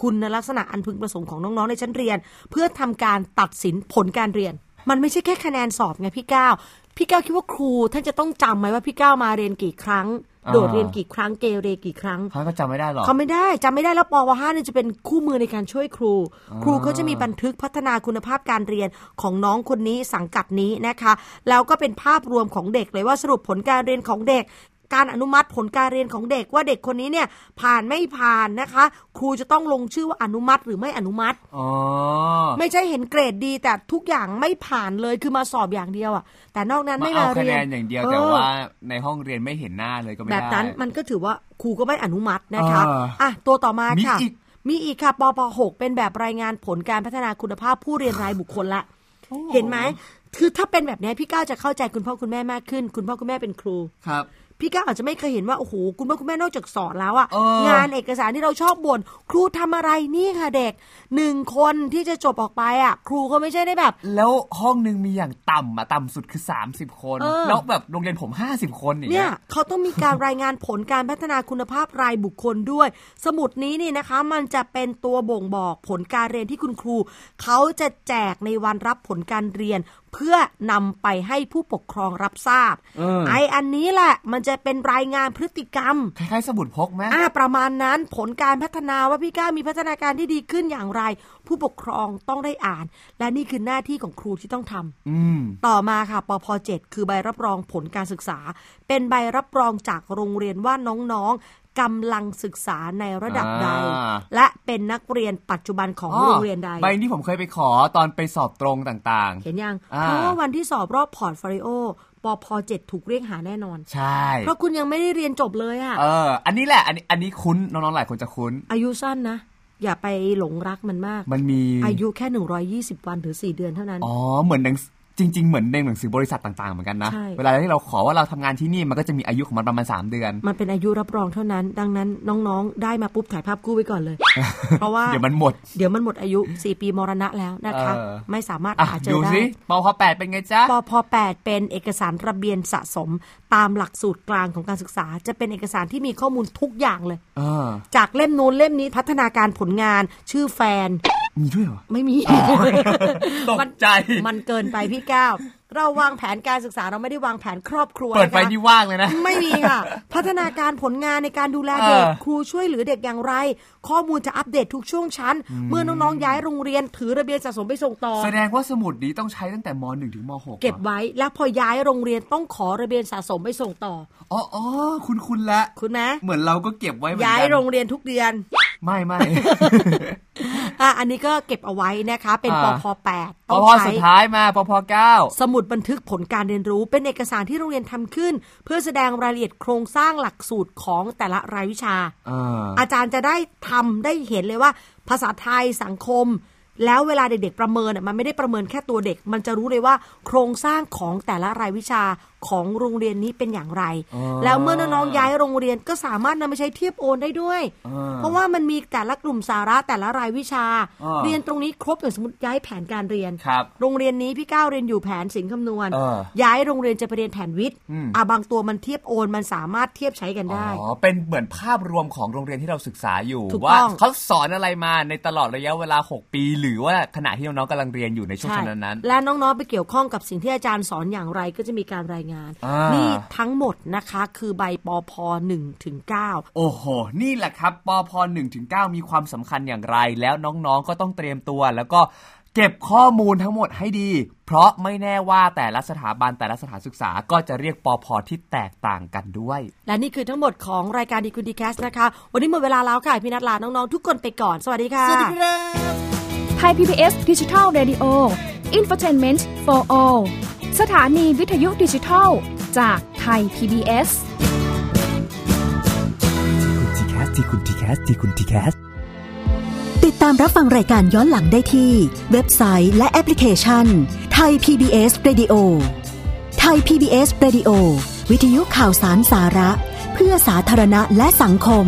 [SPEAKER 3] คุณลักษณะอันพึงประสงค์ของน้องๆในชั้นเรียน เพื่อทำการตัดสินผลการเรียน มันไม่ใช่แค่คะแนนสอบไงพี่ก้าวพี่ก้าวคิดว่าครูท่านจะต้องจำไหมว่าพี่ก้าวมาเรียนกี่ครั้ง
[SPEAKER 4] อ่า
[SPEAKER 3] โดดเรียนกี่ครั้งเกเรกี่ครั้ง
[SPEAKER 4] เขาก็จำไม่ได้หรอก
[SPEAKER 3] เขาไม่ได้จำไม่ได้แล้วปวห้าเนี่ยจะเป็นคู่มือในการช่วยครู ครูเขาจะมีบันทึกพัฒนาคุณภาพการเรียนของน้องคนนี้สังกัดนี้นะคะ แล้วก็เป็นภาพรวมของเด็กเลยว่าสรุปผลการเรียนของเด็ก การอนุมัติผลการเรียนของเด็กว่าเด็กคนนี้เนี่ยผ่านไม่ผ่านนะคะ ครูจะต้องลงชื่อว่าอนุมัติหรือไม่อนุมัติ
[SPEAKER 4] อ๋อ
[SPEAKER 3] ไม่ใช่เห็นเกรดดีแต่ทุกอย่างไม่ผ่านเลยคือมาสอบอย่างเดียวอะแต่นอกนั้น
[SPEAKER 4] มา
[SPEAKER 3] ไม่
[SPEAKER 4] เอา
[SPEAKER 3] มา
[SPEAKER 4] คะ
[SPEAKER 3] เรี
[SPEAKER 4] แน
[SPEAKER 3] ยน
[SPEAKER 4] นอย่างเดียว
[SPEAKER 3] ออ
[SPEAKER 4] แต่ว่าในห้องเรียนไม่เห็นหน้าเลยก็ไม่
[SPEAKER 3] แบ
[SPEAKER 4] ได้
[SPEAKER 3] บนั้นมันก็ถือว่าครูก็ไม่อนุมัตินะคะ
[SPEAKER 4] อ่า
[SPEAKER 3] อ่ะ ตัวต่อมาค่ะ
[SPEAKER 4] มีอีก
[SPEAKER 3] มีอีกค่ะปป6เป็นแบบรายงานผลการพัฒนาคุณภาพผู้เรียนรายบุคคลละ เห็นไหม คือถ้าเป็นแบบเนี้ยพี่ก้าวจะเข้าใจคุณพ่อคุณแม่มากขึ้น คุณพ่อคุณแม่เป็นครู
[SPEAKER 4] ครับ
[SPEAKER 3] พี่ก้าวอาจจะไม่เคยเห็นว่า โอ้โห คุณพ่อคุณแม่นอกจากสอนแล้วอะ
[SPEAKER 4] เออง
[SPEAKER 3] านเอกสารที่เราชอบบน่นครูทำอะไรนี่ค่ะเด็กหนึ่งคนที่จะจบออกไปอะครูก็ไม่ใช่ได้แบบ
[SPEAKER 4] แล้วห้องหนึ่งมีอย่างต่ำอะต่ำสุดคือ 30 คน
[SPEAKER 3] เออ
[SPEAKER 4] แล้วแบบโรงเรียนผม 50 คนอย่าง
[SPEAKER 3] เนี่
[SPEAKER 4] เงี้
[SPEAKER 3] ย
[SPEAKER 4] ย
[SPEAKER 3] เขาต้องมีการรายงานผลการพัฒนาคุณภาพรายบุคคลด้วย สมุดนี้นี่นะคะ มันจะเป็นตัวบ่งบอกผลการเรียนที่คุณครู เขาจะแจกในวันรับผลการเรียน เพื่อนำไปให้ผู้ปกครองรับทราบ
[SPEAKER 4] เออ
[SPEAKER 3] ไออันนี้แหละมันจะเป็นรายงานพฤติกรรม
[SPEAKER 4] คล้ายๆ สมุดพกไหม
[SPEAKER 3] อ่าประมาณนั้นผลการพัฒนาว่าพี่ก้ามีพัฒนาการที่ดีขึ้นอย่างไร ผู้ปกครองต้องได้อ่าน และนี่คือหน้าที่ของครูที่ต้องทำ
[SPEAKER 4] อืม
[SPEAKER 3] ต่อมาค่ะปพ7คือใบรับรองผลการศึกษา เป็นใบรับรองจากโรงเรียนว่าน้องๆกำลังศึกษาในระดับใด
[SPEAKER 4] อ่า
[SPEAKER 3] และเป็นนักเรียนปัจจุบันของโรงเรียนใด
[SPEAKER 4] ใบนี้ผมเคยไปขอตอนไปสอบตรงต่าง
[SPEAKER 3] เห็นยัง
[SPEAKER 4] อ่า
[SPEAKER 3] เพราะว่าวันที่สอบรอบพอร์ตโฟลิโอ ปพ7ถูกเรียกหาแน่นอน
[SPEAKER 4] ใช่
[SPEAKER 3] เพราะคุณยังไม่ได้เรียนจบเลยอะ
[SPEAKER 4] เออ อันนี้แหละ อันนี้อันนี้คุ้นน้องๆหลายคนจะคุ้น
[SPEAKER 3] อายุสั้นนะ อย่าไปหลงรักมันมาก
[SPEAKER 4] มันมี
[SPEAKER 3] อายุแค่ 120 วันหรือ 4 เดือนเท่านั้น
[SPEAKER 4] อ๋อ เหมือนหนังจริง ๆ เหมือนในหนังสือบริษัทต่างๆ เหมือนกันนะ
[SPEAKER 3] ใช่
[SPEAKER 4] เวลาที่เราขอว่าเราทำงานที่นี่มันก็จะมีอายุของมันประมาณ 3 เดือน
[SPEAKER 3] มันเป็นอายุรับรองเท่านั้น ดังนั้นน้องๆ ได้มาปุ๊บถ่ายภาพกู้ไว้ก่ อนเลย เพราะว่า
[SPEAKER 4] เดี๋ยวมันหมด
[SPEAKER 3] เดี๋ยวมันหมดอายุ 4 ปีมรณะแล้วนะคะ
[SPEAKER 4] เออ
[SPEAKER 3] ไม่สามารถ
[SPEAKER 4] อ่ะ
[SPEAKER 3] หาเจ
[SPEAKER 4] ดู
[SPEAKER 3] อได้
[SPEAKER 4] สิปอพอแปดเป็นไงจ๊ะ
[SPEAKER 3] ปพ8เป็นเอกสารระเบียนสะสม ตามหลักสูตรกลางของการศึกษา จะเป็นเอกสารที่มีข้อมูลทุกอย่างเลย
[SPEAKER 4] เออ
[SPEAKER 3] จากเล่มนู้นเล่มนี้พัฒนาการผลงาน ชื่อแฟน
[SPEAKER 4] มีด้วยเหรอ
[SPEAKER 3] ไม่มี
[SPEAKER 4] ตกใจ
[SPEAKER 3] มันมันเกินไปพี่ก้าวเราวางแผนการศึกษาเราไม่ได้วางแผนครอบครัว
[SPEAKER 4] เปิดไฟ
[SPEAKER 3] นะคะ
[SPEAKER 4] ที่ว่างเลยนะ
[SPEAKER 3] ไม่มีค่ะ พัฒนาการผลงานในการดูแลเด็ก
[SPEAKER 4] เออ
[SPEAKER 3] ครูช่วยเหลือเด็กอย่างไร ข้อมูลจะอัปเดตทุกช่วงชั้น เมื่อน้องๆย้ายโรงเรียนถือระเบียนสะสมไปส่งต่อ
[SPEAKER 4] แสดงว่าสมุดนี้ต้องใช้ตั้งแต่ม .1 ถึงม .6
[SPEAKER 3] เก็บไว้แล้วพอย้ายโรงเรียนต้องขอระเบียนสะสมไปส่งต่อ
[SPEAKER 4] อ๋ออ๋อคุณคุณละ
[SPEAKER 3] คุณไหม
[SPEAKER 4] เหมือนเราก็เก็บไว้เหมือน
[SPEAKER 3] ย้าย
[SPEAKER 4] กัน
[SPEAKER 3] โรงเรียนทุกเดือน
[SPEAKER 4] ไม่ไม่
[SPEAKER 3] อ่ะอันนี้ก็เก็บเอาไว้นะคะ เป็นป
[SPEAKER 4] อ่า
[SPEAKER 3] พ8
[SPEAKER 4] ป
[SPEAKER 3] ต้อ
[SPEAKER 4] อง พอ
[SPEAKER 3] ใช้
[SPEAKER 4] สุดท้ายมาปอพอเก้า
[SPEAKER 3] สมุดบันทึกผลการเรียนรู้เป็นเอกสารที่โรงเรียนทำขึ้น เพื่อแสดงรายละเอียดโครงสร้างหลักสูตรของแต่ละรายวิชา
[SPEAKER 4] อ่า
[SPEAKER 3] อาจารย์จะได้ทำได้เห็นเลยว่า ภาษาไทยสังคม แล้วเวลาเด็กๆประเมินอะมันไม่ได้ประเมินแค่ตัวเด็ก มันจะรู้เลยว่า โครงสร้างของแต่ละรายวิชาของโรงเรียนนี้เป็นอย่างไร
[SPEAKER 4] อ๋อ
[SPEAKER 3] แล้วเมื่อน้องๆย้ายโรงเรียนก็สามารถนำไปใช้เทียบโอนได้ด้วย
[SPEAKER 4] อ่า
[SPEAKER 3] เพราะว่ามันมีแต่ละกลุ่มสาระแต่ละรายวิชา
[SPEAKER 4] อ่า
[SPEAKER 3] เรียนตรงนี้ครบอย่างสมมติย้ายแผนการเรียน
[SPEAKER 4] ครับ
[SPEAKER 3] โรงเรียนนี้พี่ก้าวเรียนอยู่แผนสิงคำนวณ
[SPEAKER 4] เออ
[SPEAKER 3] ย้ายโรงเรียนจะไปเรียนแผนวิทย์
[SPEAKER 4] อืม
[SPEAKER 3] อ่ะบางตัวมันเทียบโอนมันสามารถเทียบใช้กันได้
[SPEAKER 4] อ๋อ เป็นเหมือนภาพรวมของโรงเรียนที่เราศึกษาอยู่
[SPEAKER 3] ถูก
[SPEAKER 4] ว่า
[SPEAKER 3] ต้อง
[SPEAKER 4] เขาสอนอะไรมาในตลอดระยะเวลา 6 ปี หรือว่าขณะที่น้องๆกำลังเรียนอยู่ในช่วง
[SPEAKER 3] ใช่
[SPEAKER 4] เวลานั้น
[SPEAKER 3] และน้อง ๆ ไปเกี่ยวข้องกับสิ่งที่อาจารย์สอนอย่างไรก็จะมีการรายงาน
[SPEAKER 4] อ่านี่
[SPEAKER 3] นี่ทั้งหมดนะคะคือใบปอพ1ถึง9
[SPEAKER 4] โอ้โห นี่แหละครับปอพ1ถึง9มีความสำคัญอย่างไร แล้วน้องๆ ก็ต้องเตรียมตัว แล้วก็เก็บข้อมูลทั้งหมดให้ดี เพราะไม่แน่ว่าแต่ละสถาบันแต่ละสถานศึกษาก็จะเรียกปอพที่แตกต่างกันด้วย
[SPEAKER 3] และนี่คือทั้งหมดของรายการดีคุณดีแคสนะคะ วันนี้หมดเวลาแล้วค่ะ พี่นัทลาน้อง ๆ ทุกคนไปก่อน สวัสดีค่ะ
[SPEAKER 5] ไทย PBS Digital Radio Infotainment for All สถานีวิทยุดิจิทัล จากไทย PBS
[SPEAKER 6] ติดตามรับฟังรายการย้อนหลังได้ที่ เว็บไซต์และแอปพลิเคชันไทย PBS Radio ไทย PBS Radio วิทยุข่าวสารสาระ เพื่อสาธารณะและสังคม